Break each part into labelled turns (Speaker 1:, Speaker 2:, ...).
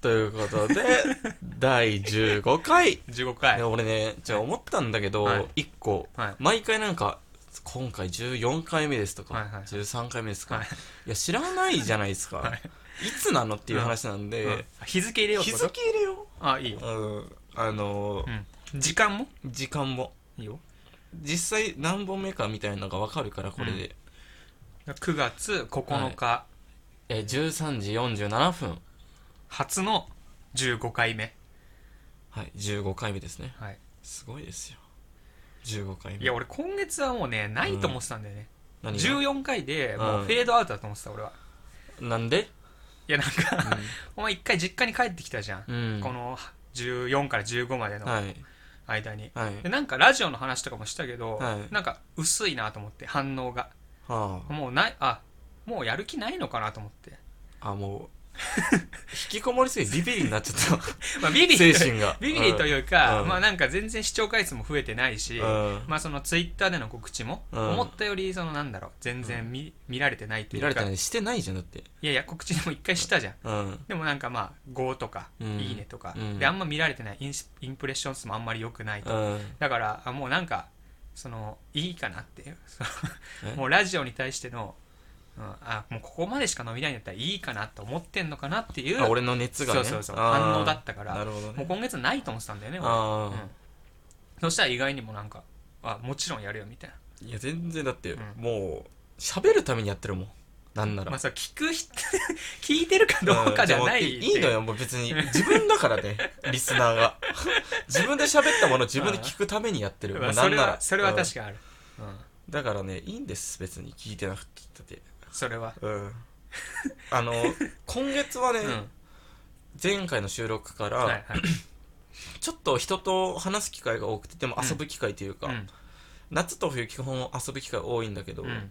Speaker 1: ということ で第15回
Speaker 2: 15回
Speaker 1: で俺ねじゃあ思ったんだけど、
Speaker 2: はい
Speaker 1: 一1個、
Speaker 2: はい
Speaker 1: 毎回なんか今回14回目ですとか、
Speaker 2: はいはいはい
Speaker 1: 13回目ですか、
Speaker 2: はい
Speaker 1: い、や知らないじゃないですか、
Speaker 2: はい
Speaker 1: い、つなのっていう話なんで、
Speaker 2: うん日付入れようって
Speaker 1: 日
Speaker 2: こと
Speaker 1: 付入れよ
Speaker 2: あいいよ
Speaker 1: う、うん、あのー
Speaker 2: うん時間も
Speaker 1: 時間も
Speaker 2: いいよ
Speaker 1: 実際何本目かみたいなのが分かるからこれで、
Speaker 2: 9月9日、
Speaker 1: え13時47分
Speaker 2: 初の15回目
Speaker 1: はい15回目ですね
Speaker 2: はい
Speaker 1: すごいですよ15回目
Speaker 2: いや俺今月はもうねないと思ってたんだよね、
Speaker 1: 何が
Speaker 2: 14回でもううんフェードアウトだと思ってた俺は
Speaker 1: なんで、
Speaker 2: いやなんか お前一回実家に帰ってきたじゃん、
Speaker 1: うん、
Speaker 2: この14から15までの
Speaker 1: はい
Speaker 2: 間に、
Speaker 1: はい
Speaker 2: でなんかラジオの話とかもしたけど、
Speaker 1: はい
Speaker 2: なんか薄いなと思って反応が
Speaker 1: は
Speaker 2: もうないあもうやる気ないのかなと思って、
Speaker 1: ああもう 引きこもりすぎてビビリになっちゃっ
Speaker 2: まあ、ビ
Speaker 1: た
Speaker 2: ビ
Speaker 1: 精神が
Speaker 2: ビビリというか、
Speaker 1: うん
Speaker 2: まあなんか全然視聴回数も増えてないし、
Speaker 1: うん
Speaker 2: まあそのツイッターでの告知も、
Speaker 1: うん
Speaker 2: 思ったよりそのなんだろう全然見,、見られてないと
Speaker 1: 見
Speaker 2: いう
Speaker 1: られ
Speaker 2: か
Speaker 1: たのにしてないじゃんだって
Speaker 2: いやいや告知でも一回したじゃん、
Speaker 1: うん
Speaker 2: でもなんかまあ「5」とか「
Speaker 1: うん
Speaker 2: いいね」とか、
Speaker 1: うん
Speaker 2: であんま見られてないインスインプレッション数もあんまり良くないと、
Speaker 1: うん
Speaker 2: だからあもうなんかそのいいかなっていうその
Speaker 1: え
Speaker 2: もうラジオに対しての、うん、あもうここまでしか伸びないんだったらいいかなと思ってんのかなっていう
Speaker 1: あ俺の熱がね
Speaker 2: そうそうそう
Speaker 1: あー
Speaker 2: 反応だったから
Speaker 1: なるほど
Speaker 2: もう
Speaker 1: ね
Speaker 2: 今月ないと思ってたんだよね俺
Speaker 1: あ
Speaker 2: うんそしたら意外にもなんかあもちろんやるよみたい
Speaker 1: あいや全然だって
Speaker 2: うん
Speaker 1: もう喋るためにやってるもんなんな
Speaker 2: な
Speaker 1: ら
Speaker 2: まあさ聞く人 聞いてるかどうかじゃない
Speaker 1: うんでもいいのよもう別に自分だから ねリスナーが自分で喋ったものを自分で聞くためにやってる
Speaker 2: ま
Speaker 1: も
Speaker 2: あ
Speaker 1: う
Speaker 2: そ
Speaker 1: なん
Speaker 2: れ
Speaker 1: なら
Speaker 2: はそれは確
Speaker 1: か
Speaker 2: かにある、うん
Speaker 1: だからねいいんです別に聞いてなくたって
Speaker 2: それは、
Speaker 1: うん あの今月はね、
Speaker 2: うん
Speaker 1: 前回の収録から、
Speaker 2: はいはい
Speaker 1: ちょっと人と話す機会が多くてでも
Speaker 2: うん
Speaker 1: 遊ぶ機会というか、
Speaker 2: うん
Speaker 1: 夏と冬基本遊ぶ機会多いんだけど、
Speaker 2: うん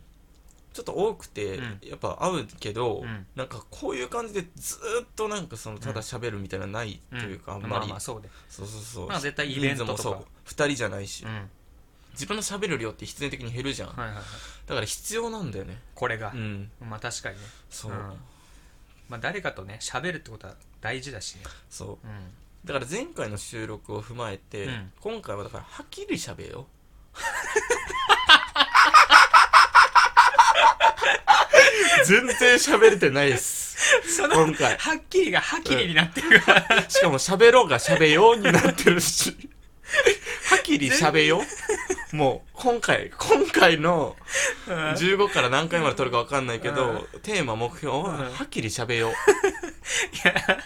Speaker 1: ちょっと多くて、
Speaker 2: うん
Speaker 1: やっぱ会うけど、
Speaker 2: うん
Speaker 1: なんかこういう感じでずーっとなんかそのただ喋るみたいなのないというか、
Speaker 2: うん
Speaker 1: あんまり、
Speaker 2: まあまあそうで、
Speaker 1: そうそうそう、
Speaker 2: まあ絶対イベントとか
Speaker 1: 人数もそう2人じゃないし、
Speaker 2: うんはい
Speaker 1: 自分の喋る量って必然的に減るじゃん、
Speaker 2: はいはい、
Speaker 1: だから必要なんだよね
Speaker 2: これが
Speaker 1: う、ん
Speaker 2: まあ確かにね、
Speaker 1: そう、
Speaker 2: うんまあ、誰かとね喋るってことは大事だしね、
Speaker 1: そう
Speaker 2: うん、
Speaker 1: だから前回の収録を踏まえて、
Speaker 2: うん
Speaker 1: 今回はだからはっきり喋 よう全然喋れてないです
Speaker 2: その
Speaker 1: 今回
Speaker 2: はっきりがはっきりになってるから、
Speaker 1: しかも喋ろうが喋ようになってるしはっきり喋ようもう今回今回の
Speaker 2: うん
Speaker 1: 15から何回まで撮るか分かんないけど、テーマ目標は
Speaker 2: うん
Speaker 1: はっきり喋よう、
Speaker 2: いや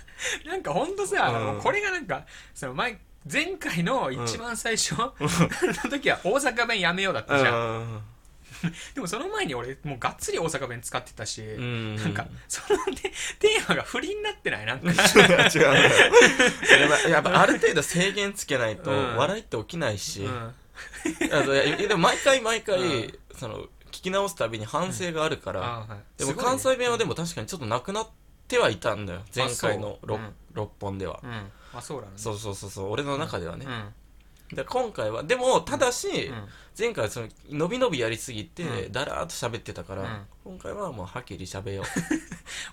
Speaker 2: なんかほんとさ、
Speaker 1: うん
Speaker 2: もうこれがなんかその前前回の一番最初、の時は大阪弁やめようだっ
Speaker 1: う
Speaker 2: たじゃん、
Speaker 1: ん
Speaker 2: でもその前に俺もうがっつり大阪弁使ってたし、
Speaker 1: うん
Speaker 2: なんかそのねテーマが不倫になってないなん か
Speaker 1: 違う違うやっぱやっぱある程度制限つけないと
Speaker 2: うん
Speaker 1: 笑いって起きないし、
Speaker 2: うん
Speaker 1: あといやいやでも毎回毎回、
Speaker 2: うん
Speaker 1: その聞き直すたびに反省があるから、
Speaker 2: あはい
Speaker 1: でも関西弁はで
Speaker 2: も、
Speaker 1: も確かにちょっとなくなってはいたんだよ前回の
Speaker 2: そう
Speaker 1: 6,、六本では、
Speaker 2: うんあそうなのね
Speaker 1: そうそうそうそう俺の中ではね
Speaker 2: う、ん
Speaker 1: で今回はでもただし、
Speaker 2: うん
Speaker 1: 前回はその伸び伸びやりすぎて、
Speaker 2: うん
Speaker 1: だらーっと喋ってたから、
Speaker 2: うん
Speaker 1: 今回はもうはっきり喋よう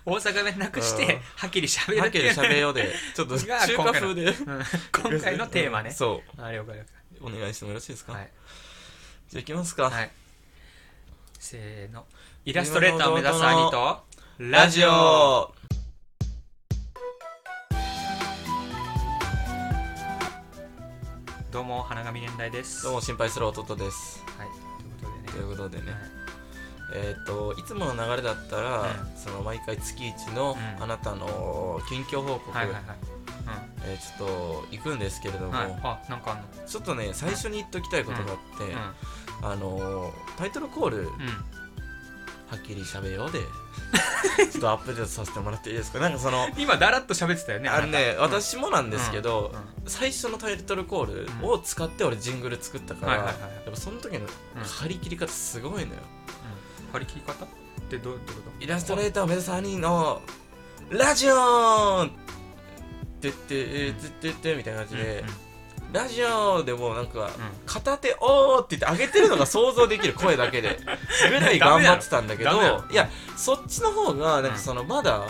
Speaker 2: 大阪弁なくし
Speaker 1: う
Speaker 2: て
Speaker 1: ん
Speaker 2: はっきり喋る
Speaker 1: は
Speaker 2: っ
Speaker 1: っき
Speaker 2: て
Speaker 1: り
Speaker 2: いう
Speaker 1: 喋ようでちょっと中
Speaker 2: が
Speaker 1: 華風で
Speaker 2: うん 今回のテーマね
Speaker 1: そ
Speaker 2: あ了解了
Speaker 1: うお願いしてもよろしいですか、
Speaker 2: 解はい
Speaker 1: じゃあ行きますか、
Speaker 2: はい。せーの。イラストレーターを目指す兄と、
Speaker 1: ラジオ
Speaker 2: どうも、花神年代です。
Speaker 1: どうも心配する弟です
Speaker 2: はい。ということ
Speaker 1: と
Speaker 2: で
Speaker 1: いうことで
Speaker 2: ね。
Speaker 1: ね、
Speaker 2: はい
Speaker 1: えっ、といつもの流れだったら、
Speaker 2: う
Speaker 1: その毎回月一の
Speaker 2: うん
Speaker 1: あなたの近況報告、
Speaker 2: はいはいはい。
Speaker 1: えーちょっと行くんですけれど
Speaker 2: うん。
Speaker 1: も、
Speaker 2: はい。あ、なんかあんの
Speaker 1: ちょっとね最初に言っときたいことがあって、
Speaker 2: うん。
Speaker 1: あのータイトルコール、は
Speaker 2: う
Speaker 1: っきり喋ようでちょっとアップデートさせてもらっていいですかなんかそ の
Speaker 2: ん。今、だらっと喋ってたよね。
Speaker 1: あのね
Speaker 2: あなた
Speaker 1: 私もなん
Speaker 2: うん
Speaker 1: ですけど、
Speaker 2: うんうん
Speaker 1: 最初のタイトルコールを使って俺ジングル作ったから、
Speaker 2: はいはいはい
Speaker 1: やっぱその時の
Speaker 2: うん
Speaker 1: 張り切り方すごいのよ、
Speaker 2: 張り切り方ってどういうこと
Speaker 1: イラストレーターを目指す兄のラジオってってってってってみたいな感じで、ラジオでもうなんか、
Speaker 2: う
Speaker 1: 片手おーって言って上げてるのが想像できる声だ けでぐらい頑張ってたんだけど
Speaker 2: ダメだろダメだ
Speaker 1: いやそっちの方がなんかそのまだ、
Speaker 2: ん。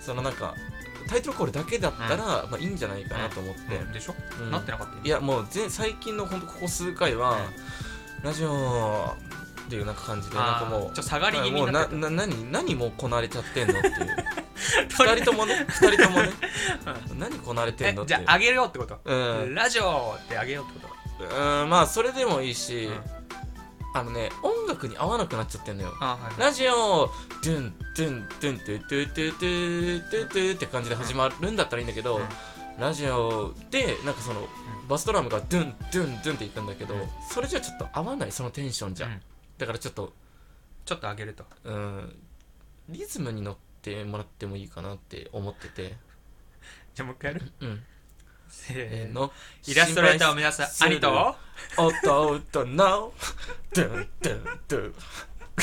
Speaker 1: そのなんかタイトルコールだけだったら、まあ、いいんじゃないかなと思って、
Speaker 2: うんでしょ、
Speaker 1: うん
Speaker 2: なってなかっ
Speaker 1: い
Speaker 2: た
Speaker 1: やもう全最近のほんとここ数回は、ラジオっていうなんか感じでなんか
Speaker 2: あー
Speaker 1: も
Speaker 2: ちょっと
Speaker 1: う
Speaker 2: 下がり気味
Speaker 1: もう
Speaker 2: に な
Speaker 1: な
Speaker 2: って
Speaker 1: な何何もうこなれちゃってんのっていう
Speaker 2: た
Speaker 1: 二人ともね二人ともね何こなれてんの
Speaker 2: え
Speaker 1: って
Speaker 2: じ
Speaker 1: い
Speaker 2: ゃ
Speaker 1: う
Speaker 2: ああげるよってこと、
Speaker 1: うん
Speaker 2: ラジオってあげようってこと
Speaker 1: うんまあそれでもいいし、
Speaker 2: うん
Speaker 1: あのね音楽に合わなくなっちゃってんのよ
Speaker 2: あはい
Speaker 1: ラジオドゥンドゥンドゥンドゥンドゥンドゥンドゥンドゥンドゥンって感じで始まるんだったらいいんだけど、
Speaker 2: うん
Speaker 1: ラジオでなんかその、バスドラムがドゥンドゥンドゥンっていくんだけど、
Speaker 2: うん
Speaker 1: それじゃちょっと合わないそのテンションじゃ、
Speaker 2: うん
Speaker 1: だからちょっと
Speaker 2: ちょっとあげると
Speaker 1: うんリズムに乗ってもらってもいいかなって思ってて、
Speaker 2: じゃあもう一回やる
Speaker 1: うん、
Speaker 2: せ
Speaker 1: え
Speaker 2: ー
Speaker 1: ー
Speaker 2: の
Speaker 1: の
Speaker 2: イラストレーターを目指す兄と
Speaker 1: おっとおっとのドゥンドゥンド ゥン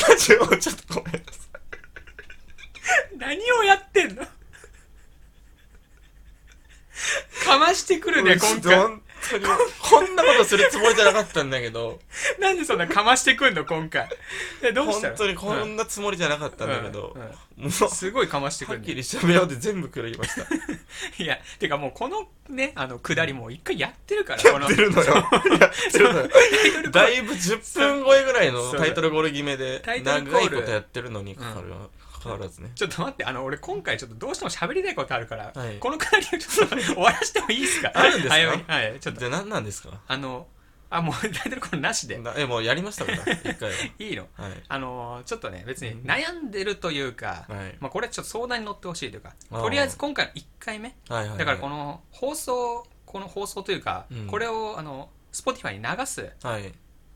Speaker 1: ラジオちょっとごめんなさい
Speaker 2: 何をやってんのかましてくるね
Speaker 1: 本
Speaker 2: 今回
Speaker 1: 当にこんなことするつもりじゃなかったんだけど
Speaker 2: なんでそんなかましてくんの今回えどうし
Speaker 1: 本
Speaker 2: たの
Speaker 1: 当にこんなつもりじゃなかったんだけど、もうは
Speaker 2: すごいかましてくる
Speaker 1: っ
Speaker 2: ね
Speaker 1: きり喋ろうで全部狂いました
Speaker 2: いやてかもうこのねあのくだりもう一回やってるからこ
Speaker 1: や
Speaker 2: の
Speaker 1: ってるのよやってるのよだいぶ10分超えぐらいの
Speaker 2: そう
Speaker 1: タイトルゴール決めで
Speaker 2: タイトルゴ
Speaker 1: 長
Speaker 2: ー
Speaker 1: い
Speaker 2: ル
Speaker 1: ことやってるのにかかるかかわらずね
Speaker 2: ちょっと待って、あの、俺今回ちょっとどうしても喋りたいことあるから、
Speaker 1: はい
Speaker 2: このくだりをちょっと終わらせてもいいですか
Speaker 1: あるんですか
Speaker 2: 早めにはい、ちょっと、
Speaker 1: で何なんですか
Speaker 2: あの、あ、もうタイトルコールなしで、
Speaker 1: なえもうやりましたから一回
Speaker 2: いいの
Speaker 1: ははい
Speaker 2: あの、ちょっとね、別に悩んでるというか、
Speaker 1: はい
Speaker 2: まあこれちょっと相談に乗ってほしいというか、
Speaker 1: あー
Speaker 2: とりあえず今回の1回目、
Speaker 1: はいはい
Speaker 2: だからこ
Speaker 1: の
Speaker 2: の放送、この放送というか、
Speaker 1: うん
Speaker 2: これを、あの、Spotify に流す
Speaker 1: はい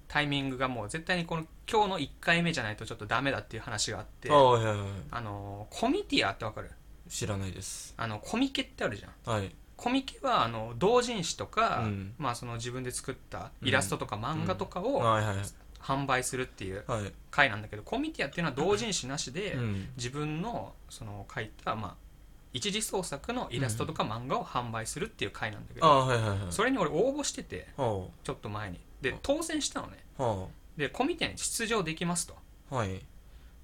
Speaker 2: タイミングがもう絶対にこの今日の1回目じゃないとちょっとダメだっていう話があって、
Speaker 1: ああはいはいはい
Speaker 2: あの、コミティアってわかる
Speaker 1: 知らないです
Speaker 2: あの、コミケってあるじゃん。
Speaker 1: はい
Speaker 2: コミケはあの同人誌とか、
Speaker 1: うん
Speaker 2: まあ、その自分で作ったイラストとか漫画とかを
Speaker 1: はいはい
Speaker 2: 販売するっていう
Speaker 1: はい
Speaker 2: 会なんだけど、コミティアっていうのは同人誌なしで、
Speaker 1: うん
Speaker 2: 自分のその書いた、まあ、一次創作のイラストとか漫画を販売するっていう会なんだけ
Speaker 1: あ
Speaker 2: ど、
Speaker 1: あはいはいはい
Speaker 2: それに俺応募してて
Speaker 1: は
Speaker 2: ちょっと前にで当選したのね
Speaker 1: あは
Speaker 2: でコミティアに出場できますと
Speaker 1: あはい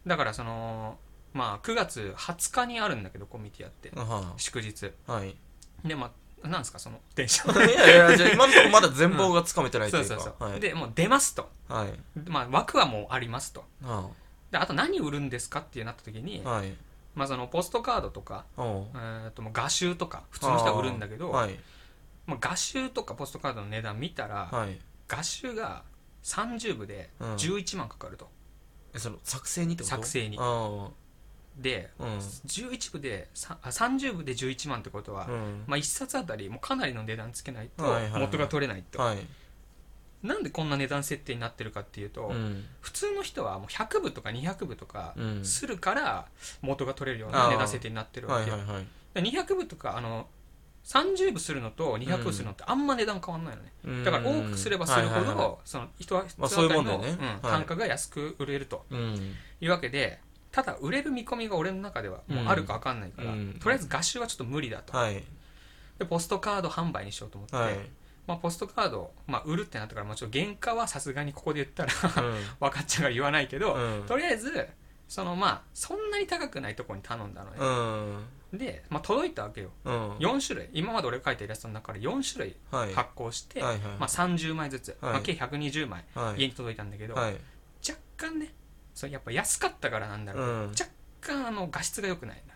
Speaker 2: だからそのまあ9月20日にあるんだけどコミティアって
Speaker 1: は
Speaker 2: 祝日
Speaker 1: あ はい
Speaker 2: でまあなんですかそのテンション
Speaker 1: いやいやじゃあ今のところまだ全貌がつかめてないと
Speaker 2: そ
Speaker 1: いううか
Speaker 2: そうそう、
Speaker 1: はい
Speaker 2: でもう出ますと、
Speaker 1: はい
Speaker 2: まあ、枠はもうありますと
Speaker 1: は
Speaker 2: であと何売るんですかっていうなった時に、
Speaker 1: あはい
Speaker 2: まあ、そのポストカードとか、
Speaker 1: おう
Speaker 2: えー、ともう画集とか普通の人は売るんだけど
Speaker 1: はい
Speaker 2: まあ、画集とかポストカードの値段見たら、
Speaker 1: はい
Speaker 2: 画集が30部で
Speaker 1: うん
Speaker 2: 11万かかると、
Speaker 1: えその作成にってこと
Speaker 2: 作成に
Speaker 1: あ
Speaker 2: で
Speaker 1: あうん
Speaker 2: 11部でさあ30部で11万ってことは、
Speaker 1: うん
Speaker 2: まあ、1冊あたりもうかなりの値段つけないと
Speaker 1: はいはいはい
Speaker 2: 元が取れないと、
Speaker 1: はい
Speaker 2: なんでこんな値段設定になってるかっていうと、
Speaker 1: うん
Speaker 2: 普通の人はもう100部とか200部とか
Speaker 1: うん
Speaker 2: するから元が取れるような値段設定になってるわ
Speaker 1: はい
Speaker 2: け
Speaker 1: は
Speaker 2: よ
Speaker 1: いはい
Speaker 2: で200部とかあの30部するのと200部するのってあんま値段変わんないのね、
Speaker 1: うん
Speaker 2: だから多くすればするほど、
Speaker 1: はいはいは
Speaker 2: その人は
Speaker 1: まあ
Speaker 2: 人当たり
Speaker 1: そういう
Speaker 2: の、
Speaker 1: もんだよね
Speaker 2: うん
Speaker 1: はい
Speaker 2: 単価が安く売れると
Speaker 1: いうん
Speaker 2: いうわけでただ売れる見込みが俺の中ではもうあるか分かんないから、
Speaker 1: うん
Speaker 2: とりあえず画集はちょっと無理だと、
Speaker 1: はい
Speaker 2: でポストカード販売にしようと思って、
Speaker 1: はい
Speaker 2: まあ、ポストカードを、まあ、売るってなったから、まあ、ちょっと原価はさすがにここで言ったら
Speaker 1: う
Speaker 2: 分かっちゃうから言わないけど、
Speaker 1: ん
Speaker 2: とりあえずそのまあそんなに高くないとこに頼んだの
Speaker 1: うん
Speaker 2: ね、で、まあ、届いたわけよ
Speaker 1: うん
Speaker 2: 4種類今まで俺が書いたイラストの中から4種類
Speaker 1: はい
Speaker 2: 発行して、
Speaker 1: はいはい
Speaker 2: まあ、30枚ずつ、ま
Speaker 1: は
Speaker 2: あ、
Speaker 1: い
Speaker 2: 計120枚
Speaker 1: はい
Speaker 2: 家に届いたんだけど、
Speaker 1: はい
Speaker 2: 若干ねそれやっぱ安かったからなんだろ
Speaker 1: う
Speaker 2: う、
Speaker 1: ん
Speaker 2: 若干あの画質が良くないな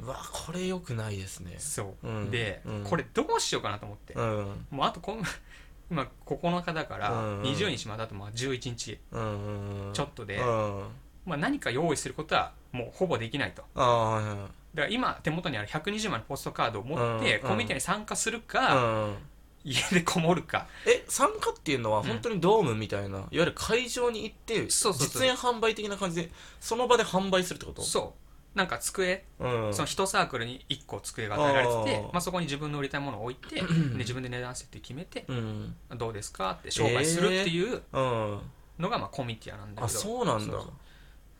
Speaker 1: うわこれ良くないですね
Speaker 2: そう、
Speaker 1: うん
Speaker 2: で、
Speaker 1: うん
Speaker 2: これどうしようかなと思って、
Speaker 1: うん
Speaker 2: もうあとこん 今9日だから
Speaker 1: うんうん
Speaker 2: 20日まであとまあ11日
Speaker 1: うんうんうん
Speaker 2: ちょっとで、
Speaker 1: うんあ
Speaker 2: まあ、何か用意することはもうほぼできないと
Speaker 1: あはいはい
Speaker 2: だから今手元にある120枚のポストカードを持って
Speaker 1: うん
Speaker 2: コミュニティに参加するか、
Speaker 1: うん
Speaker 2: 家でこもるか
Speaker 1: え参加っていうのは本当にドームみたいな、いわゆる会場に行って
Speaker 2: そうそうそう
Speaker 1: 実演販売的な感じでその場で販売するってこと
Speaker 2: そうなんか机、
Speaker 1: う、うん、
Speaker 2: その1サークルに1個机が与えられてて
Speaker 1: あー
Speaker 2: まあ、そこに自分の売りたいものを置 いてで自分で値段設定決めて
Speaker 1: うん
Speaker 2: どうですかって商売するっていう
Speaker 1: うん
Speaker 2: のがまあコミュニティアなんだ
Speaker 1: あ
Speaker 2: けど、
Speaker 1: そうなんだ
Speaker 2: そうそ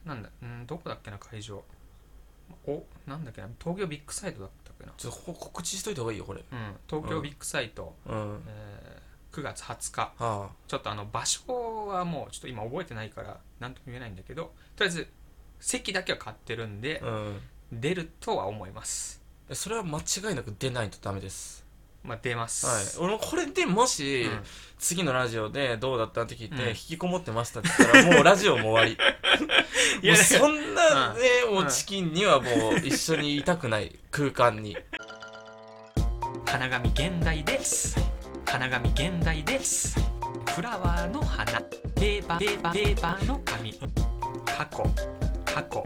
Speaker 2: うなんだうんどこだっけな会場おなんだっけな東京ビッグサイトだったっけな
Speaker 1: ちょっとここ告知しといた方がいいよこれ
Speaker 2: うん、東京ビッグサイト、
Speaker 1: うんは
Speaker 2: えー9月20日
Speaker 1: あ
Speaker 2: ちょっとあの場所はもうちょっと今覚えてないから何とも言えないんだけどとりあえず席だけは買ってるんで
Speaker 1: うん
Speaker 2: 出るとは思います
Speaker 1: それは間違いなく出ないとダメです、
Speaker 2: まあ出ま
Speaker 1: はい
Speaker 2: す、、
Speaker 1: 俺もこれでもし、
Speaker 2: うん
Speaker 1: 次のラジオでどうだったって聞いて、
Speaker 2: うん
Speaker 1: 引きこもってましたって言ったらもうラジオも終わり
Speaker 2: い
Speaker 1: も
Speaker 2: や
Speaker 1: う
Speaker 2: だから
Speaker 1: そんなね、もううんチキンにはもう一緒にいたくない空間に
Speaker 2: 花紙現代です花紙現代ですフラワーの花ペーパーペーパーペーパーの紙過去過去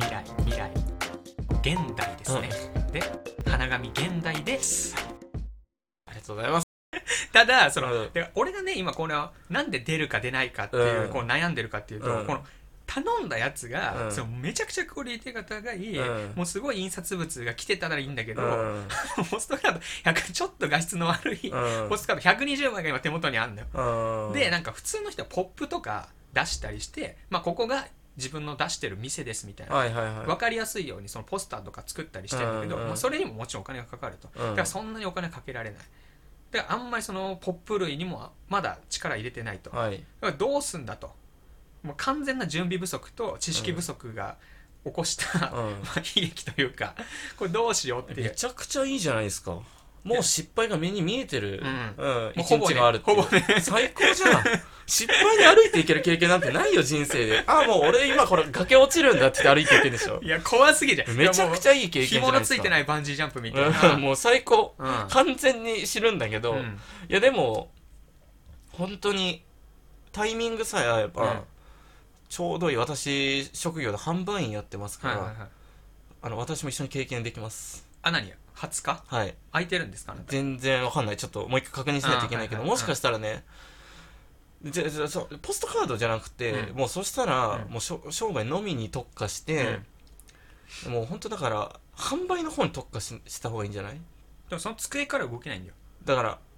Speaker 2: 未来未来現代ですね、で花紙現代です
Speaker 1: ありがとうございます
Speaker 2: ただその、
Speaker 1: うん
Speaker 2: で俺がね今このなんで出るか出ないかっていう,、
Speaker 1: うん
Speaker 2: こう悩んでるかっていうと、
Speaker 1: うん
Speaker 2: この頼んだやつ
Speaker 1: う
Speaker 2: が、
Speaker 1: ん
Speaker 2: そのめちゃくちゃクオリティが高い、
Speaker 1: うん
Speaker 2: もうすごい印刷物が来てたらいいんだけ
Speaker 1: う
Speaker 2: ど、
Speaker 1: ん
Speaker 2: ポストカード100ちょっと画質の悪い、
Speaker 1: うん
Speaker 2: ポストカード120枚が今手元にあるんだよ、
Speaker 1: うん
Speaker 2: でなんか普通の人はポップとか出したりして、まあ、ここが自分の出してる店ですみたいな、
Speaker 1: はいはいはい
Speaker 2: 分かりやすいようにそのポスターとか作ったりしてるんだけど、
Speaker 1: うんうん
Speaker 2: まあ、それにももちろんお金がかかると、
Speaker 1: うん
Speaker 2: だからそんなにお金かけられないだからあんまりそのポップ類にもまだ力入れてないと、
Speaker 1: はい
Speaker 2: だからどうすんだともう完全な準備不足と知識不足が起こした、
Speaker 1: うん
Speaker 2: まあ、悲劇というかこれどうしようってい
Speaker 1: め
Speaker 2: う
Speaker 1: ちゃくちゃいいじゃないですかもう失敗が目に見えてる、
Speaker 2: う
Speaker 1: うん、
Speaker 2: もう
Speaker 1: 一
Speaker 2: ほぼね
Speaker 1: 日があるっていう
Speaker 2: ほぼね
Speaker 1: 最高じゃん失敗に歩いていける経験なんてないよ人生でああもう俺今これ崖落ちるんだって言って歩いていってんでしょ
Speaker 2: いや怖すぎじゃん
Speaker 1: めちゃくちゃいい経験じゃない
Speaker 2: 紐の
Speaker 1: です
Speaker 2: つ
Speaker 1: か
Speaker 2: いてないバンジージャンプみたい
Speaker 1: うん
Speaker 2: な
Speaker 1: もう最高、
Speaker 2: うん
Speaker 1: 完全に知るんだけど、
Speaker 2: うん
Speaker 1: いやでも本当にタイミングさえ合えば、
Speaker 2: うん
Speaker 1: ちょうどいい私職業で販売員やってますから、
Speaker 2: はいはいはい
Speaker 1: あの私も一緒に経験できます
Speaker 2: あ何20日
Speaker 1: はい
Speaker 2: 空いてるんですかあなた
Speaker 1: 全然わかんないちょっともう一回確認しないといけないけど、
Speaker 2: あーはいはいはい
Speaker 1: もしかしたらねじゃじゃそうポストカードじゃなくて、
Speaker 2: うん
Speaker 1: もうそしたら、
Speaker 2: うん
Speaker 1: もうしょ商売のみに特化して、もう本当だから販売の方に特化しした方がいいんじゃない
Speaker 2: でもその机から動けないんだよ
Speaker 1: だから「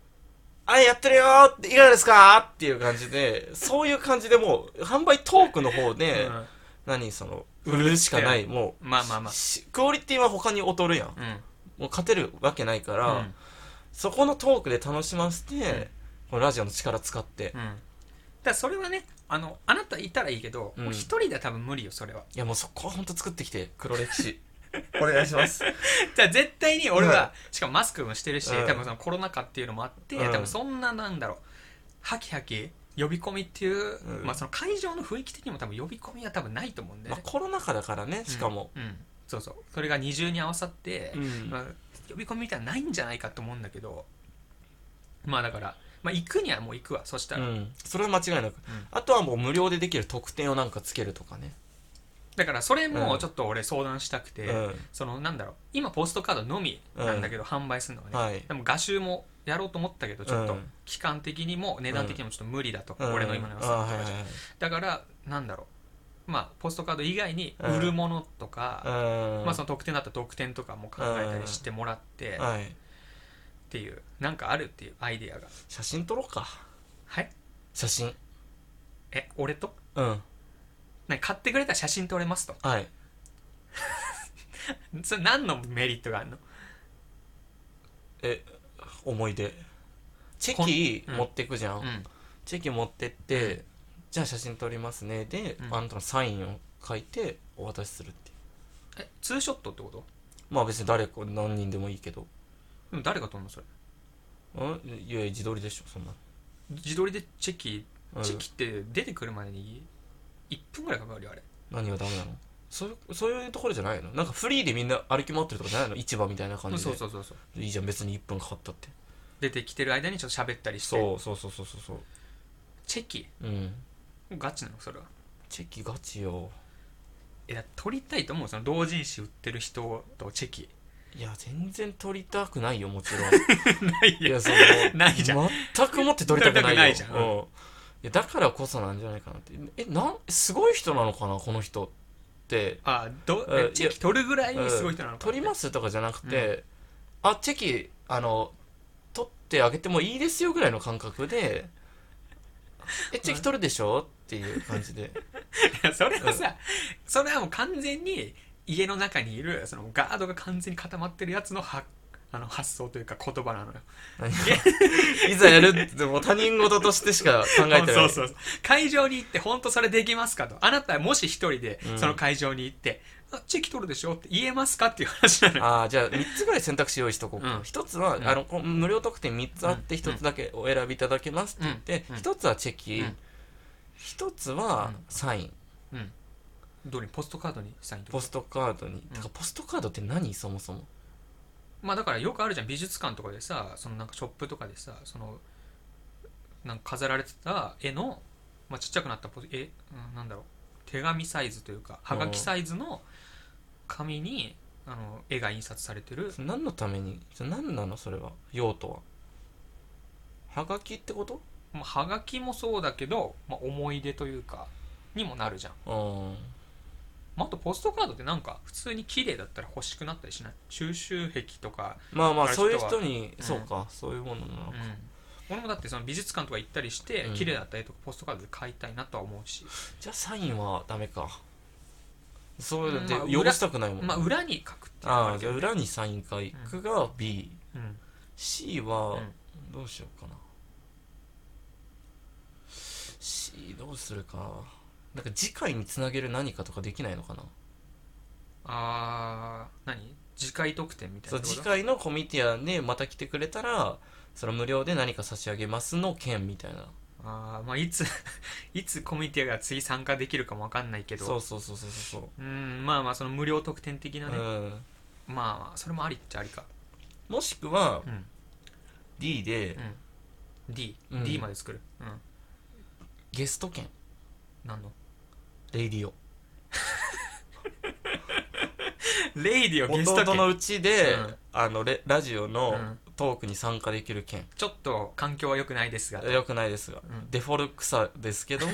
Speaker 1: あやってるよーっていかがですか?」っていう感じでそういう感じでもう販売トークの方で、
Speaker 2: うん
Speaker 1: 何その売るしかないも
Speaker 2: まあまあま
Speaker 1: う
Speaker 2: あ
Speaker 1: しクオリティは他に劣るやん
Speaker 2: うん
Speaker 1: もう勝てるわけないから、そこのトークで楽しませて、
Speaker 2: ん
Speaker 1: このラジオの力使って、
Speaker 2: うんうんだからそれはねあのあなたいたらいいけど
Speaker 1: うん
Speaker 2: もう一人では多分無理よそれはい
Speaker 1: やもうそこは本当作ってきて黒歴史お願いします
Speaker 2: じゃあ絶対に俺
Speaker 1: う
Speaker 2: はしかもマスクもしてるし
Speaker 1: うん
Speaker 2: 多分そのコロナ禍っていうのもあって
Speaker 1: うん
Speaker 2: 多分そんななんだろうハキハキ呼び込みっていう
Speaker 1: うん
Speaker 2: まあその会場の雰囲気的にも多分呼び込みは多分ないと思うんだよ
Speaker 1: まあ
Speaker 2: ね
Speaker 1: コロナ禍だからねしかも、
Speaker 2: うん、うんそうそうそれが二重に合わさって、
Speaker 1: うん
Speaker 2: まあ、呼び込みみたいなのないんじゃないかと思うんだけどまあだから、まあ、行くにはもう行くわそした
Speaker 1: う
Speaker 2: ら、
Speaker 1: んそれは間違いなく、あとはもう無料でできる特典をなんかつけるとかね、
Speaker 2: だからそれ
Speaker 1: う
Speaker 2: も
Speaker 1: ん
Speaker 2: ちょっと俺相談したくて、
Speaker 1: うん
Speaker 2: そのなんだろう今ポストカードのみなんだけど、販売するのはね、
Speaker 1: はい
Speaker 2: でも画集もやろうと思ったけどちょっ
Speaker 1: う
Speaker 2: と
Speaker 1: ん
Speaker 2: 期間的にも値段的にもちょっと無理だと、
Speaker 1: うん
Speaker 2: 俺の今の予
Speaker 1: あー
Speaker 2: 算とかじゃ、
Speaker 1: はいはいはい
Speaker 2: だからなんだろうまあポストカード以外に売るものとか、
Speaker 1: ま
Speaker 2: まあその特典だったら特典とかも考えたりしてもらって、
Speaker 1: はい、
Speaker 2: っていうなんかあるっていうアイディアが
Speaker 1: 写真撮ろうか
Speaker 2: はい
Speaker 1: 写真
Speaker 2: え俺と
Speaker 1: うん
Speaker 2: 何買ってくれたら写真撮れますと
Speaker 1: はい
Speaker 2: それ何のメリットがあるの
Speaker 1: え思い出チェキ
Speaker 2: こんうん
Speaker 1: 持ってくじゃん、
Speaker 2: うん
Speaker 1: チェキ持ってって、じゃあ写真撮りますねで、
Speaker 2: うん
Speaker 1: あんたのサインを書いてお渡しするっていう
Speaker 2: えツーショットってこと
Speaker 1: まあ別に誰か何人でもいいけど
Speaker 2: でも誰が撮るのそれ
Speaker 1: うんいや自撮りでしょそんな
Speaker 2: 自撮りでチェキ
Speaker 1: うん
Speaker 2: チェキって出てくるまでに1分ぐらいかかるよあれ
Speaker 1: 何がダメなのそういうそういうところじゃないのなんかフリーでみんな歩き回ってるとかじゃないの市場みたいな感じで
Speaker 2: そうそうそうそう
Speaker 1: いいじゃん別に1分かかったって
Speaker 2: 出てきてる間にちょっと喋ったりして
Speaker 1: そうそうそうそうそうそう
Speaker 2: チェキ
Speaker 1: うん
Speaker 2: ガチなのそれは
Speaker 1: チェキガチよ
Speaker 2: えだって撮りたいと思うその同人誌売ってる人とチェキ
Speaker 1: いや全然撮りたく ないよもちろん
Speaker 2: ない
Speaker 1: い
Speaker 2: や
Speaker 1: やその
Speaker 2: ないじゃ
Speaker 1: 全くもって撮りたくないよ
Speaker 2: 撮りたくないじゃん
Speaker 1: うんいやだからこそなんじゃないかなってえなんすごい人なのかなこの人って
Speaker 2: あど
Speaker 1: うんい
Speaker 2: え
Speaker 1: や
Speaker 2: チェキ撮るぐらいにすごい人なのか
Speaker 1: 撮りますすとかじゃなくて、あチェキあの撮ってあげてもいいですよぐらいの感覚で えチェキ撮るでしょっていう感じで
Speaker 2: それはさそれはもう完全に家の中にいるそのガードが完全に固まってるやつのはあの発想というか言葉なのよ
Speaker 1: 何か いざやるってもう他人事としてしか考えてない
Speaker 2: そうそうそう会場に行って本当それできますかとあなたもし一人で
Speaker 1: うん
Speaker 2: その会場に行って、あっち来とるでしょって言えますかっていう話なのよ
Speaker 1: ああじゃあ3つぐらい選択肢用意しとこう
Speaker 2: う
Speaker 1: か、
Speaker 2: ん
Speaker 1: 一1つは、
Speaker 2: うん
Speaker 1: あのこう無料特典3つあって
Speaker 2: うん
Speaker 1: 1つだけお選びいただけますって言って、
Speaker 2: うん
Speaker 1: 1つはチェキ、
Speaker 2: うん
Speaker 1: 1つは
Speaker 2: うん
Speaker 1: サイン、
Speaker 2: どれポストカードにサインとか
Speaker 1: ポストカードに、
Speaker 2: うん
Speaker 1: てかポストカードって何そもそも
Speaker 2: まあだからよくあるじゃん美術館とかでさそのなんかショップとかでさそのなんか飾られてた絵の、まあ、ちっちゃくなったポえ、うん、なんだろう手紙サイズというかはがきサイズの紙にあの絵が印刷されてる
Speaker 1: 何のためにそれ何なのそれは用途ははがきってこと
Speaker 2: まあ、はがきもそうだけど、まあ、思い出というかにもなるじゃん、
Speaker 1: うん
Speaker 2: まあ、あとポストカードってなんか普通に綺麗だったら欲しくなったりしない収集癖とか、
Speaker 1: まあまあ
Speaker 2: ある人
Speaker 1: そう
Speaker 2: は
Speaker 1: いう人に、
Speaker 2: うん
Speaker 1: そうかそういうものなの
Speaker 2: う
Speaker 1: か
Speaker 2: ん、俺もだってその美術館とか行ったりして
Speaker 1: うん
Speaker 2: 綺麗だった絵とかポストカードで買いたいなとは思うし、
Speaker 1: じゃあサインはダメかそう
Speaker 2: うん
Speaker 1: で
Speaker 2: まあ
Speaker 1: 汚したくないもん、
Speaker 2: まあ、裏に書くっていうの
Speaker 1: あ
Speaker 2: もあ
Speaker 1: あ
Speaker 2: る
Speaker 1: じ
Speaker 2: け
Speaker 1: ゃあ
Speaker 2: ど、
Speaker 1: 裏にサイン書くが B、
Speaker 2: うん、
Speaker 1: C は
Speaker 2: うん
Speaker 1: どうしようかな、C どうするかななんか次回につなげる何かとかできないのかな
Speaker 2: あー何次回特典みたい
Speaker 1: そ
Speaker 2: な
Speaker 1: う
Speaker 2: ってこ
Speaker 1: 次
Speaker 2: と
Speaker 1: 回のコミティアでまた来てくれたらその無料で何か差し上げますの件みたいな
Speaker 2: あー、まあ、いつ いつコミュニティが次参加できるかもわかんないけど
Speaker 1: そうそうそうそうそう
Speaker 2: うんまあまあその無料特典的な
Speaker 1: そう、
Speaker 2: ね、
Speaker 1: うん、
Speaker 2: まあまあそれもありっちゃありか
Speaker 1: もしくは
Speaker 2: うん
Speaker 1: D で
Speaker 2: うん D、
Speaker 1: うん
Speaker 2: D まで作るうん
Speaker 1: ゲスト券
Speaker 2: 何の
Speaker 1: レイディオ
Speaker 2: レイディオゲスト
Speaker 1: 弟の
Speaker 2: 券
Speaker 1: うちで、
Speaker 2: うん
Speaker 1: あのレラジオ
Speaker 2: う
Speaker 1: の
Speaker 2: ん
Speaker 1: トークに参加できる券、
Speaker 2: ちょっと環境は良くないですが
Speaker 1: よくないですが、
Speaker 2: うん
Speaker 1: デフォルクサです けども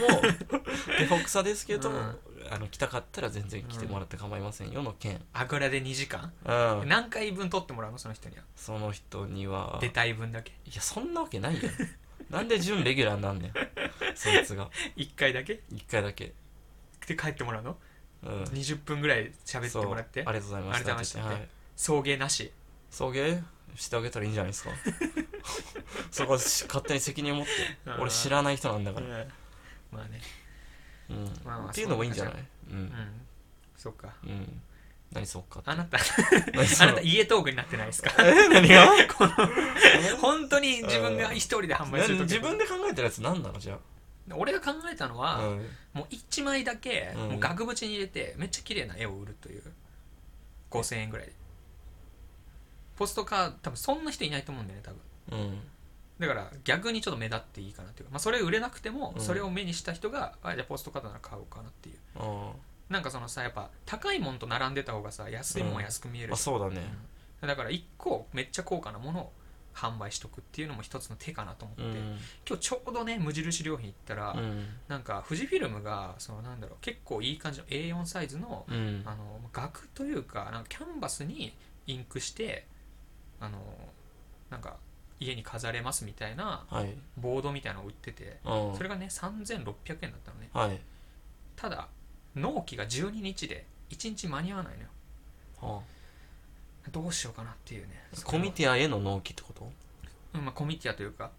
Speaker 1: デフォクサですけど、
Speaker 2: うん
Speaker 1: あの来たかったら全然来てもらって構いませんよの件、
Speaker 2: アグラで2時間
Speaker 1: うん
Speaker 2: 何回分取ってもらうのその人には
Speaker 1: その人には
Speaker 2: 出たい分だけ
Speaker 1: いやそんなわけない やんなんで準レギュラーになんねんそいつが
Speaker 2: 1回だけ
Speaker 1: 一回だけ
Speaker 2: で帰ってもらうの
Speaker 1: うん
Speaker 2: 20分ぐらい喋ってもらっ
Speaker 1: そう
Speaker 2: て
Speaker 1: ありがとうございました
Speaker 2: ありがとうございました
Speaker 1: はい
Speaker 2: 送迎なし
Speaker 1: 送迎してあげたらいいんじゃない ですかそこは勝手に責任を持って
Speaker 2: うん
Speaker 1: 俺知らない人なんだから、
Speaker 2: まあね
Speaker 1: うん
Speaker 2: まあまあ
Speaker 1: っていうのもいいんじゃないうん
Speaker 2: う、んそうか
Speaker 1: うん何そうかって
Speaker 2: あなた
Speaker 1: 何
Speaker 2: あ
Speaker 1: そう
Speaker 2: なた家トークになってないですか
Speaker 1: え何が
Speaker 2: この本当に自分が一人で販売する
Speaker 1: 何
Speaker 2: とき
Speaker 1: 自分で考えてるやつ何なのじゃ
Speaker 2: 俺が考えたの
Speaker 1: あ、
Speaker 2: は、
Speaker 1: うん
Speaker 2: もう1枚だけ、
Speaker 1: うん
Speaker 2: もう額縁に入れてめっちゃ綺麗な絵を売るという5000円ぐらいでポストカード多分そんな人いないと思うんだよね多分
Speaker 1: うん
Speaker 2: だから逆にちょっと目立っていいかなというか、まあ、それ売れなくても
Speaker 1: うん
Speaker 2: それを目にした人が、あじゃあポストカードなら買おうかなっていう
Speaker 1: あ
Speaker 2: なんかそのさやっぱ高いもんと並んでた方がさ安いもんは安く見え
Speaker 1: ー
Speaker 2: る
Speaker 1: まあ
Speaker 2: じ
Speaker 1: そうだね
Speaker 2: ゃん、だから1個めっちゃ高価なものを販売しとくっていうのも一つの手かなと思って、
Speaker 1: うん
Speaker 2: 今日ちょうどね無印良品行ったら、
Speaker 1: うん
Speaker 2: なんか富士フィルムがそのなんだろう結構いい感じの A4 サイズの
Speaker 1: うん
Speaker 2: あの額というかなんかキャンバスにインクしてあのなんか家に飾れますみたいな
Speaker 1: はい
Speaker 2: ボードみたいなのを売ってて
Speaker 1: うん
Speaker 2: それがね3600円だったのね
Speaker 1: はい
Speaker 2: ただ納期が12日で1日間に合わないのよ
Speaker 1: あ
Speaker 2: どうしようかなっていうね
Speaker 1: コミティアへの納期ってこと
Speaker 2: うんまあ、コミティアというか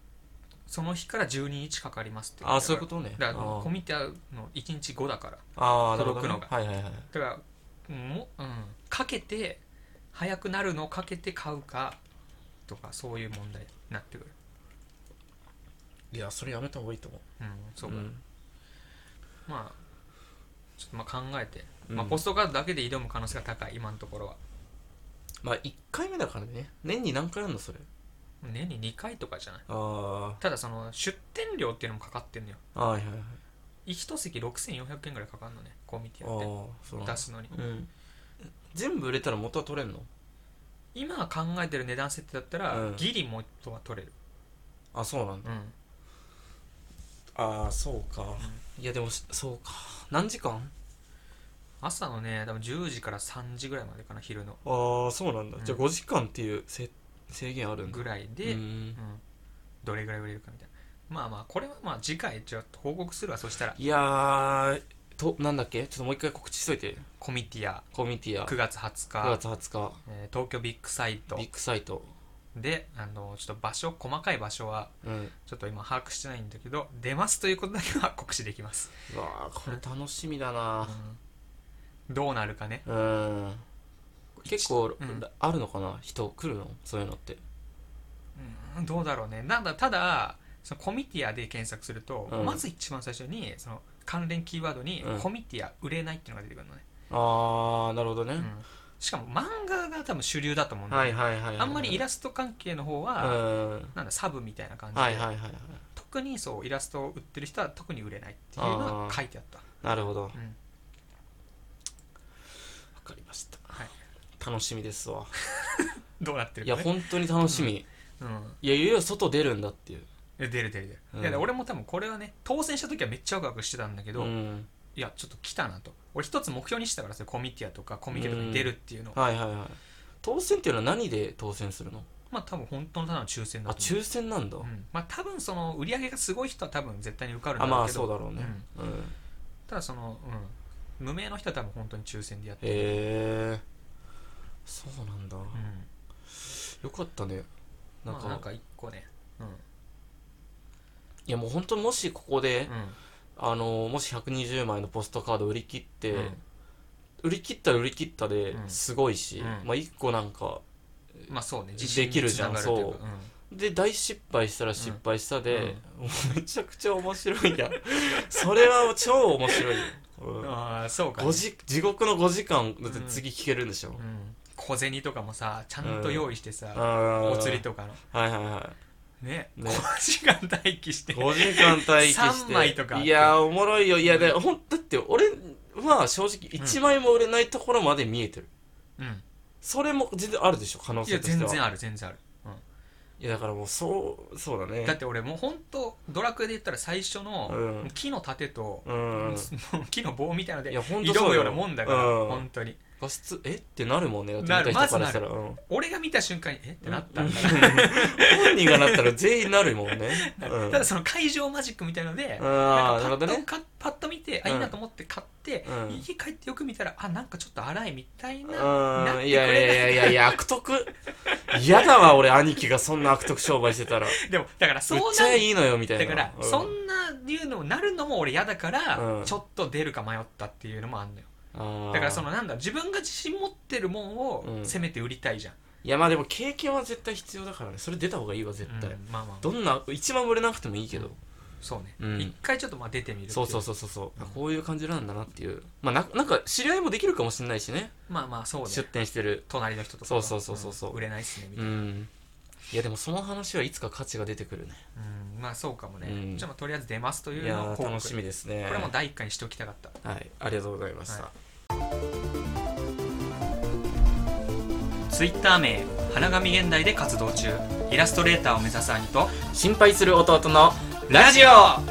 Speaker 2: その日から12日かかりますって
Speaker 1: ああそういうこととね
Speaker 2: だから
Speaker 1: あー
Speaker 2: コミティアの1日後だから
Speaker 1: あーなるほどね
Speaker 2: 届くの
Speaker 1: はいはいはい
Speaker 2: だからもう、うん、かけて早くなるのをかけて買うかとかそういう問題になってくる、
Speaker 1: いやそれやめた方がいいと思う
Speaker 2: うん、そう
Speaker 1: う
Speaker 2: か、
Speaker 1: ん
Speaker 2: まあちょっとまあ考えて、
Speaker 1: うん
Speaker 2: まあ、ポストカードだけで挑む可能性が高い今のところは
Speaker 1: まあ1回目だからね年に何回あるのそれ
Speaker 2: 年に2回とかじゃない
Speaker 1: あ
Speaker 2: ただその出店料っていうのもかかってんのよ
Speaker 1: あはいはいはい
Speaker 2: 一席6400円ぐらいかかるのねコミテ
Speaker 1: ああ
Speaker 2: ィアっ
Speaker 1: そうなん
Speaker 2: て
Speaker 1: だ
Speaker 2: 出すのに
Speaker 1: うん全部売れたら元は取れんの
Speaker 2: 今考えてる値段設定だったら、
Speaker 1: うん
Speaker 2: ギリもっとは取れる、
Speaker 1: あそうなんだ
Speaker 2: うん、
Speaker 1: ああそうかいやでもしそうか何時間
Speaker 2: 朝のね多分10時から3時ぐらいまでかな昼の
Speaker 1: ああそうなんだ、
Speaker 2: うん
Speaker 1: じゃあ5時間っていうせ制限あるんだ
Speaker 2: ぐらいで、
Speaker 1: う
Speaker 2: うん
Speaker 1: ん
Speaker 2: どれぐらい売れるかみたいなまあまあこれはまあ次回ちょっと報告するわそしたら
Speaker 1: いやーとなんだっけちょっともう一回告知しといて
Speaker 2: コミティア
Speaker 1: コミュニティア
Speaker 2: 9
Speaker 1: 9
Speaker 2: 月20日、
Speaker 1: 月20日
Speaker 2: えー東京ビッグサイト
Speaker 1: ビッグサイト、
Speaker 2: であのちょっと場所細かい場所は
Speaker 1: うん、
Speaker 2: ちょっと今把握してないんだけど出ますということだけは告知できます、
Speaker 1: うわーこれ楽しみだな、
Speaker 2: うんどうなるかね
Speaker 1: うん結構、
Speaker 2: うん
Speaker 1: あるのかな人来るのそういうのって
Speaker 2: うんどうだろうねなんだただそのコミティアで検索すると、
Speaker 1: うん
Speaker 2: まず一番最初にその関連キーワードに、
Speaker 1: うん
Speaker 2: コミティア売れないっていうのが出てくるのね、
Speaker 1: ああなるほどね、
Speaker 2: うんしかも漫画が多分主流だと思うんだよ
Speaker 1: はい
Speaker 2: ね
Speaker 1: はいはいはい
Speaker 2: あんまりイラスト関係の方は、
Speaker 1: うん
Speaker 2: なんだサブみたいな感じで、
Speaker 1: はいはいはいはい
Speaker 2: 特にそうイラストを売ってる人は特に売れないっていうのが書いてあった
Speaker 1: なるほどわ
Speaker 2: うん
Speaker 1: かりました、
Speaker 2: はい
Speaker 1: 楽しみですわ
Speaker 2: どうなってる
Speaker 1: いや
Speaker 2: か、ね、
Speaker 1: 本当に楽しみ、い
Speaker 2: うん
Speaker 1: やいよいよ外出るんだっていう
Speaker 2: いや出る出る出る、
Speaker 1: うん
Speaker 2: いやで俺も多分これはね当選した時はめっちゃワクワクしてたんだけど、
Speaker 1: うん、
Speaker 2: いやちょっと来たなと俺一つ目標にしてたからそれコミティアとかコミケとかに出るっていうの、
Speaker 1: はいはいはい当選っていうのは何で当選するの
Speaker 2: まあ多分本当のただの抽選
Speaker 1: あ
Speaker 2: だと思う
Speaker 1: 抽選なんだ、
Speaker 2: うんまあ多分その売り上げがすごい人は多分絶対に受かるん
Speaker 1: あ
Speaker 2: だろ
Speaker 1: ま
Speaker 2: う
Speaker 1: あ
Speaker 2: けど
Speaker 1: そうだろうね、うんへ
Speaker 2: ただその、うん、無名の人は多分本当に抽選でやってる、
Speaker 1: えそうなんだ、
Speaker 2: うん
Speaker 1: よかったねなん
Speaker 2: ま
Speaker 1: か,、
Speaker 2: あなんか一個ねうん、
Speaker 1: いやもう本当にもしここで、
Speaker 2: うん
Speaker 1: あのもし120枚のポストカード売り切って、
Speaker 2: うん
Speaker 1: 売り切ったら売り切ったで
Speaker 2: うん
Speaker 1: すごいし、
Speaker 2: うん
Speaker 1: まあ1個なんか
Speaker 2: まあそうね
Speaker 1: できるじゃん
Speaker 2: 自信につながるといか
Speaker 1: で大失敗したら失敗したで、もうめちゃくちゃ面白いやん それは超面白いよ、う
Speaker 2: うんんああそうか、ね
Speaker 1: 五時地獄の5時間だって次聞けるんでしょ、
Speaker 2: うん、小銭とかもさちゃんと用意してさ、
Speaker 1: あー
Speaker 2: お釣りとかの
Speaker 1: はいはいはい
Speaker 2: ね
Speaker 1: ね
Speaker 2: 5時間待機して
Speaker 1: 5時間待機して
Speaker 2: 三枚とか
Speaker 1: いやおもろいよいやでほんだって俺は正直1枚も売れないところまで見えてる、
Speaker 2: うん
Speaker 1: それも全然あるでしょ可能
Speaker 2: いや
Speaker 1: 性としては
Speaker 2: 全然ある全然ある、う
Speaker 1: いやだからもうそうそうだね
Speaker 2: ん、だって俺もう本当ドラクエで言ったら最初の、
Speaker 1: うん
Speaker 2: 木の盾と、
Speaker 1: うん
Speaker 2: もう木の棒みたいので
Speaker 1: いやほんとそう
Speaker 2: 挑むようなもんだから、
Speaker 1: うん
Speaker 2: 本当に
Speaker 1: 画質えってなるもんねだって
Speaker 2: なる
Speaker 1: 見た人からしたら、うん
Speaker 2: 俺が見た瞬間にえってなったんだ、
Speaker 1: 本人がなったら全員なるもん ね、うん、
Speaker 2: ただその会場マジックみたいので、
Speaker 1: あ
Speaker 2: な
Speaker 1: あ
Speaker 2: ん
Speaker 1: なるほど
Speaker 2: かパッと
Speaker 1: ね
Speaker 2: かパッと見て、あ
Speaker 1: うん
Speaker 2: いいなと思って買って、
Speaker 1: うん
Speaker 2: 家帰ってよく見たらあなんかちょっと荒いみたいな、なっ
Speaker 1: うん
Speaker 2: て
Speaker 1: い
Speaker 2: くれ
Speaker 1: やや
Speaker 2: ない
Speaker 1: いやいやいや悪徳嫌だわ俺兄貴がそんな悪徳商売してたら
Speaker 2: でもだからそう
Speaker 1: めっ
Speaker 2: なん
Speaker 1: ちゃいいのよみたいな
Speaker 2: だから、
Speaker 1: うん
Speaker 2: そんないうのなるのも俺嫌だから、
Speaker 1: うん
Speaker 2: ちょっと出るか迷ったっていうのもあんのよ
Speaker 1: あー
Speaker 2: だからそのなんだ自分が自信持ってるもん
Speaker 1: う
Speaker 2: を
Speaker 1: ん
Speaker 2: せめて売りたいじゃん、
Speaker 1: いやまあでも経験は絶対必要だからねそれ出た方がいいわ絶対、
Speaker 2: うんまあまあ
Speaker 1: どんな一番売れなくてもいいけど、
Speaker 2: そうね、
Speaker 1: うん
Speaker 2: 一回ちょっとまあ出てみるってい
Speaker 1: そうそうそうそうそうこういう感じなんだなっていうまあななんか知り合いもできるかもしれないしね
Speaker 2: まあまあそう
Speaker 1: 出
Speaker 2: ね
Speaker 1: 店してる
Speaker 2: 隣の人とか
Speaker 1: そうそうそうそうそうん
Speaker 2: 売れないっすねみた
Speaker 1: う
Speaker 2: いな、
Speaker 1: んいやでもその話はいつか価値が出てくるね
Speaker 2: うんまあそうかもね、
Speaker 1: うん
Speaker 2: じゃあまあとりあえず出ますとい
Speaker 1: いう
Speaker 2: のを
Speaker 1: やー
Speaker 2: 報告
Speaker 1: 楽しみですね
Speaker 2: これはもう第一回にしておきたかった
Speaker 1: はいありがとうございました、
Speaker 2: はツイッター名花神現代で活動中イラストレーターを目指す兄と
Speaker 1: 心配する弟の
Speaker 2: ラジオ
Speaker 1: あ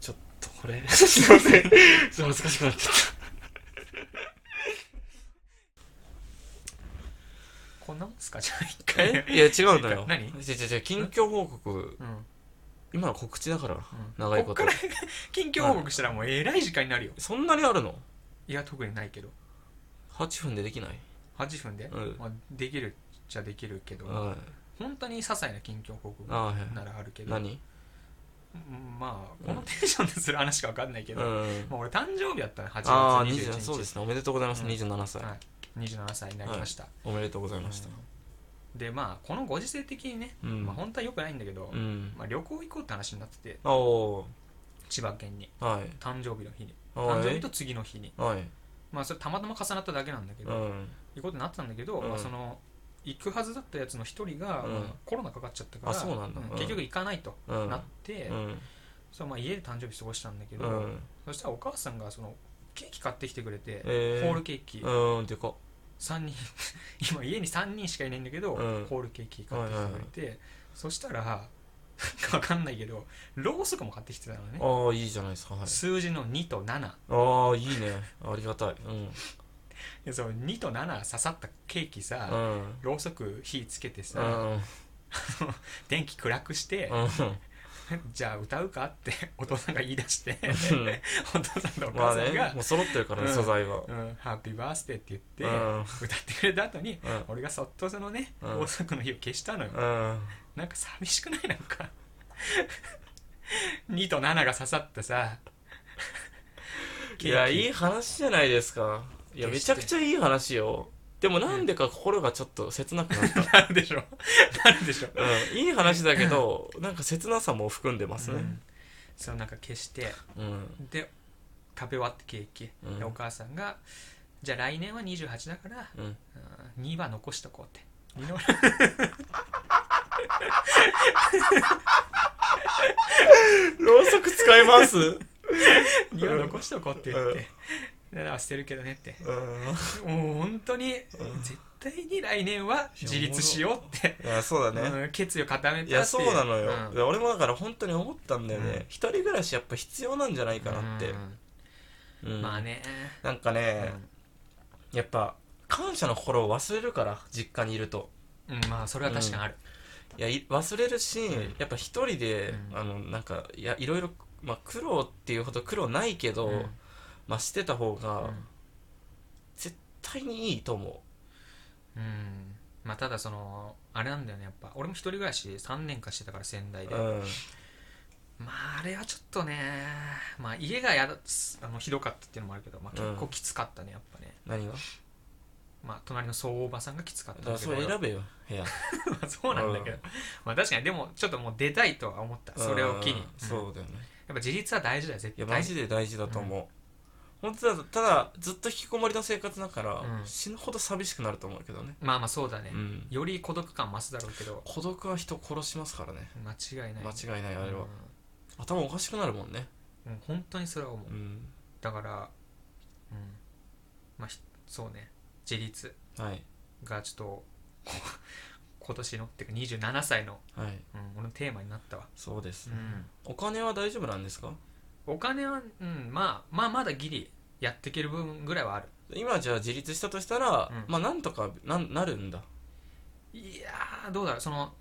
Speaker 1: ちょっとこ れすいませんちょっと恥ずかしくなっちゃっ
Speaker 2: こんなもんすかじゃあ一
Speaker 1: た
Speaker 2: 回
Speaker 1: いや違うのよ
Speaker 2: 何
Speaker 1: 違う違う近況報告
Speaker 2: うん
Speaker 1: 今の告知だから
Speaker 2: うん
Speaker 1: 長いこと
Speaker 2: こっから近況報告したらもうえらい時間になるよ
Speaker 1: そんなにあるの
Speaker 2: いや特にないけど
Speaker 1: 8分でできない、
Speaker 2: 8分で、
Speaker 1: うん
Speaker 2: まあ、できるっちゃできるけど、
Speaker 1: はい
Speaker 2: 本当に些細な近況報告
Speaker 1: あはい
Speaker 2: ならあるけど、
Speaker 1: 何
Speaker 2: うんまあこのテンションでする話か分かんないけ
Speaker 1: う
Speaker 2: ど、
Speaker 1: ん
Speaker 2: まあ、俺誕生日やったの8月
Speaker 1: ああ
Speaker 2: 21日
Speaker 1: 27そうですねおめでとうございます、
Speaker 2: うん
Speaker 1: 27歳、
Speaker 2: はい、27歳になりました、
Speaker 1: おめでとうございました
Speaker 2: うんでまあこのご時世的にね、
Speaker 1: うん
Speaker 2: まあ、本当は良くないんだけど、
Speaker 1: うん、
Speaker 2: まあ、旅行行こうって話になってて
Speaker 1: あお
Speaker 2: 千葉県に
Speaker 1: ーはい
Speaker 2: 誕生日の日に
Speaker 1: は
Speaker 2: 誕
Speaker 1: い
Speaker 2: 生日と次の日に
Speaker 1: はい
Speaker 2: まあそれたまたま重なっただけなんだけ
Speaker 1: う
Speaker 2: ど、
Speaker 1: ん
Speaker 2: 行こうってなってたんだけど、
Speaker 1: うん
Speaker 2: まあ、その行くはずだったやつの一人が、
Speaker 1: うん
Speaker 2: まあコロナかかっちゃったから
Speaker 1: あそうなんだうん
Speaker 2: 結局行かないと
Speaker 1: うん
Speaker 2: なって、
Speaker 1: うん
Speaker 2: そうまあ、家で誕生日過ごしたんだけど、
Speaker 1: うん
Speaker 2: そしたらお母さんがそのケーキ買ってきてくれて、
Speaker 1: えー
Speaker 2: ホールケーキ
Speaker 1: うんでかっ
Speaker 2: 三人 今家に3人しかいないんだけど、
Speaker 1: うん
Speaker 2: ホールケーキ買ってきてくれて、そしたらなんかわかんないけどロースかも買ってきてたのね
Speaker 1: ああいいじゃないですかはい
Speaker 2: 数字の2と7
Speaker 1: ああいいねありがたいうん
Speaker 2: でその2と7刺さったケーキさ、
Speaker 1: うん
Speaker 2: ろうそく火つけて
Speaker 1: う
Speaker 2: さ、
Speaker 1: ん
Speaker 2: 電気暗くして、
Speaker 1: う
Speaker 2: じゃあ歌うかって お父さんが言い出して
Speaker 1: ん
Speaker 2: お父さんとお
Speaker 1: ま
Speaker 2: 母
Speaker 1: あ
Speaker 2: さん
Speaker 1: ね
Speaker 2: が
Speaker 1: もう揃ってるからね
Speaker 2: うん
Speaker 1: 素材は
Speaker 2: 「うん、ハッピーバースデー」って言って、
Speaker 1: うん
Speaker 2: 歌ってくれた後に、
Speaker 1: うん
Speaker 2: 俺がそっとそのね
Speaker 1: うん
Speaker 2: ろうそくの火を消したのよ、
Speaker 1: うん
Speaker 2: なんか寂しくないなんか 2と7が刺さったさ
Speaker 1: いやいい話じゃないですかいやめちゃくちゃいい話よでもなんでか心がちょっと切なく なった、
Speaker 2: ゃなるでしょなるでしょ
Speaker 1: うん、いい話だけどなんか切なさも含んでます
Speaker 2: う
Speaker 1: ね
Speaker 2: んそうなんか消して
Speaker 1: うん、
Speaker 2: で食べ終わってケーキ、
Speaker 1: うん
Speaker 2: でお母さんがじゃあ来年は28だから、
Speaker 1: うん
Speaker 2: うん、2は残しとこうって二 の
Speaker 1: ろうそく使い ますうん
Speaker 2: 二は残しとこうって言って、だから捨てるけどねってもう本当に
Speaker 1: ん
Speaker 2: 絶対に来年は自立しようって、
Speaker 1: いやそうだね、
Speaker 2: うん決意を固めたって
Speaker 1: いやそうなのよ、
Speaker 2: ん
Speaker 1: で俺もだから本当に思ったんだよね、
Speaker 2: うん
Speaker 1: 一人暮らしやっぱ必要なんじゃないかなって、う
Speaker 2: うんんまあね、
Speaker 1: なんかね
Speaker 2: う、ん
Speaker 1: やっぱ感謝の心を忘れるから実家にいると
Speaker 2: うんまあそれは確かにある、
Speaker 1: いやい忘れるし、
Speaker 2: うん
Speaker 1: やっぱ一人で、
Speaker 2: うん
Speaker 1: あのなんかいやいろいろ、まあ、苦労っていうほど苦労ないけど、
Speaker 2: うん
Speaker 1: まあ、してた方
Speaker 2: う
Speaker 1: が
Speaker 2: ん
Speaker 1: 絶対にいいと思
Speaker 2: うんまあただそのあれなんだよねやっぱ俺も一人暮らし3年間してたから仙台
Speaker 1: う、
Speaker 2: で、
Speaker 1: うん
Speaker 2: まああれはちょっとねまあ家がやだあのひどかったっていうのもあるけど、ま
Speaker 1: う
Speaker 2: あ、
Speaker 1: ん
Speaker 2: 結構きつかったねやっぱね、
Speaker 1: 何が
Speaker 2: まあ隣の相おばさんがきつかっ
Speaker 1: だ
Speaker 2: た
Speaker 1: か
Speaker 2: ん
Speaker 1: ら
Speaker 2: だけ
Speaker 1: それ
Speaker 2: ど
Speaker 1: 選べよ部屋
Speaker 2: まあそうなんだけど、
Speaker 1: うん
Speaker 2: まあ確かにでもちょっともう出たいとは思った それを機に、
Speaker 1: うん
Speaker 2: うんやっ
Speaker 1: そうだよね
Speaker 2: ぱ自立は大事だよ絶
Speaker 1: い
Speaker 2: 対
Speaker 1: やマジで大事だと思う、本当だただずっと引きこもりの生活だから、
Speaker 2: うん
Speaker 1: 死ぬほど寂しくなると思うけどね、
Speaker 2: まあまあそうだね、
Speaker 1: うん、
Speaker 2: より孤独感増すだろうけど
Speaker 1: 孤独は人殺しますからね
Speaker 2: 間違いない
Speaker 1: 間違いないあれは、
Speaker 2: うん
Speaker 1: 頭おかしくなるもんね
Speaker 2: うん本当にそれは思う
Speaker 1: うん
Speaker 2: だからうんまあひそうね自立
Speaker 1: はい
Speaker 2: がちょっと こ今年のっていうか27歳の、
Speaker 1: はい
Speaker 2: うん、俺のテーマになったわ、
Speaker 1: そうです、
Speaker 2: うん
Speaker 1: お金は大丈夫なんですか
Speaker 2: お金は、うんまあ、まあまだギリやっていける部分ぐらいはある
Speaker 1: 今じゃあ自立したとしたら、
Speaker 2: うん
Speaker 1: まあなんとかなんなるんだ
Speaker 2: いやーどうだろうその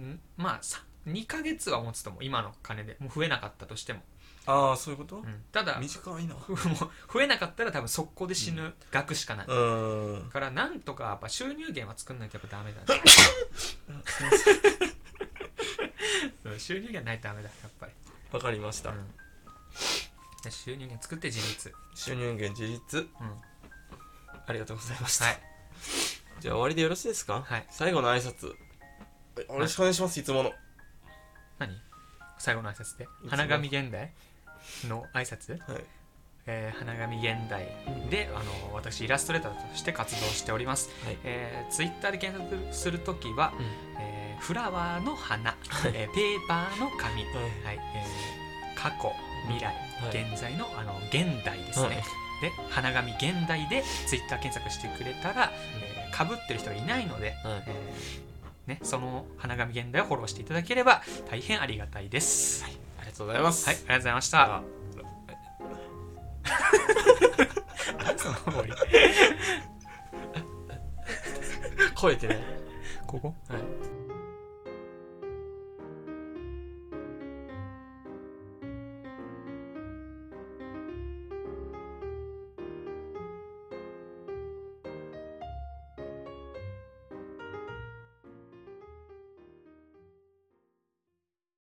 Speaker 2: んまあさ2ヶ月は持つとも今の金でもう増えなかったとしても、
Speaker 1: ああそういうこと
Speaker 2: う、んただ
Speaker 1: 短いな
Speaker 2: もう増えなかったら多分速攻で死ぬ額しかない、
Speaker 1: うーん
Speaker 2: だからなんとかやっぱ収入源は作んなきゃやっぱダ メだねうん収入源ないとダメだやっぱり、
Speaker 1: わかりました、
Speaker 2: うんで収入源作って自立、
Speaker 1: 収入源自立
Speaker 2: うん、
Speaker 1: ありがとうございました、
Speaker 2: はい
Speaker 1: じゃあ終わりでよろしいですか、
Speaker 2: はい
Speaker 1: 最後の挨拶よろしくお願いしますいつもの
Speaker 2: 何最後の挨拶で
Speaker 1: も
Speaker 2: 花紙現代の挨拶
Speaker 1: はい
Speaker 2: えー花紙現代であの私イラストレーターとして活動しております、
Speaker 1: はい
Speaker 2: えー、ツイッターで検索するときは、
Speaker 1: うん
Speaker 2: えーフラワーの花、えーペーパーの紙、はいえー過去未来、
Speaker 1: はい
Speaker 2: 現在のあの現代ですね、
Speaker 1: はい
Speaker 2: で花紙現代でツイッター検索してくれたらかぶ、被ってる人がいないので、
Speaker 1: はい
Speaker 2: えーね、その花紙現代をフォローしていただければ大変ありがたいです、はい、
Speaker 1: ありがとうございます、
Speaker 2: ありがとうございました。 その終わり
Speaker 1: 超えてね
Speaker 2: ここ
Speaker 1: う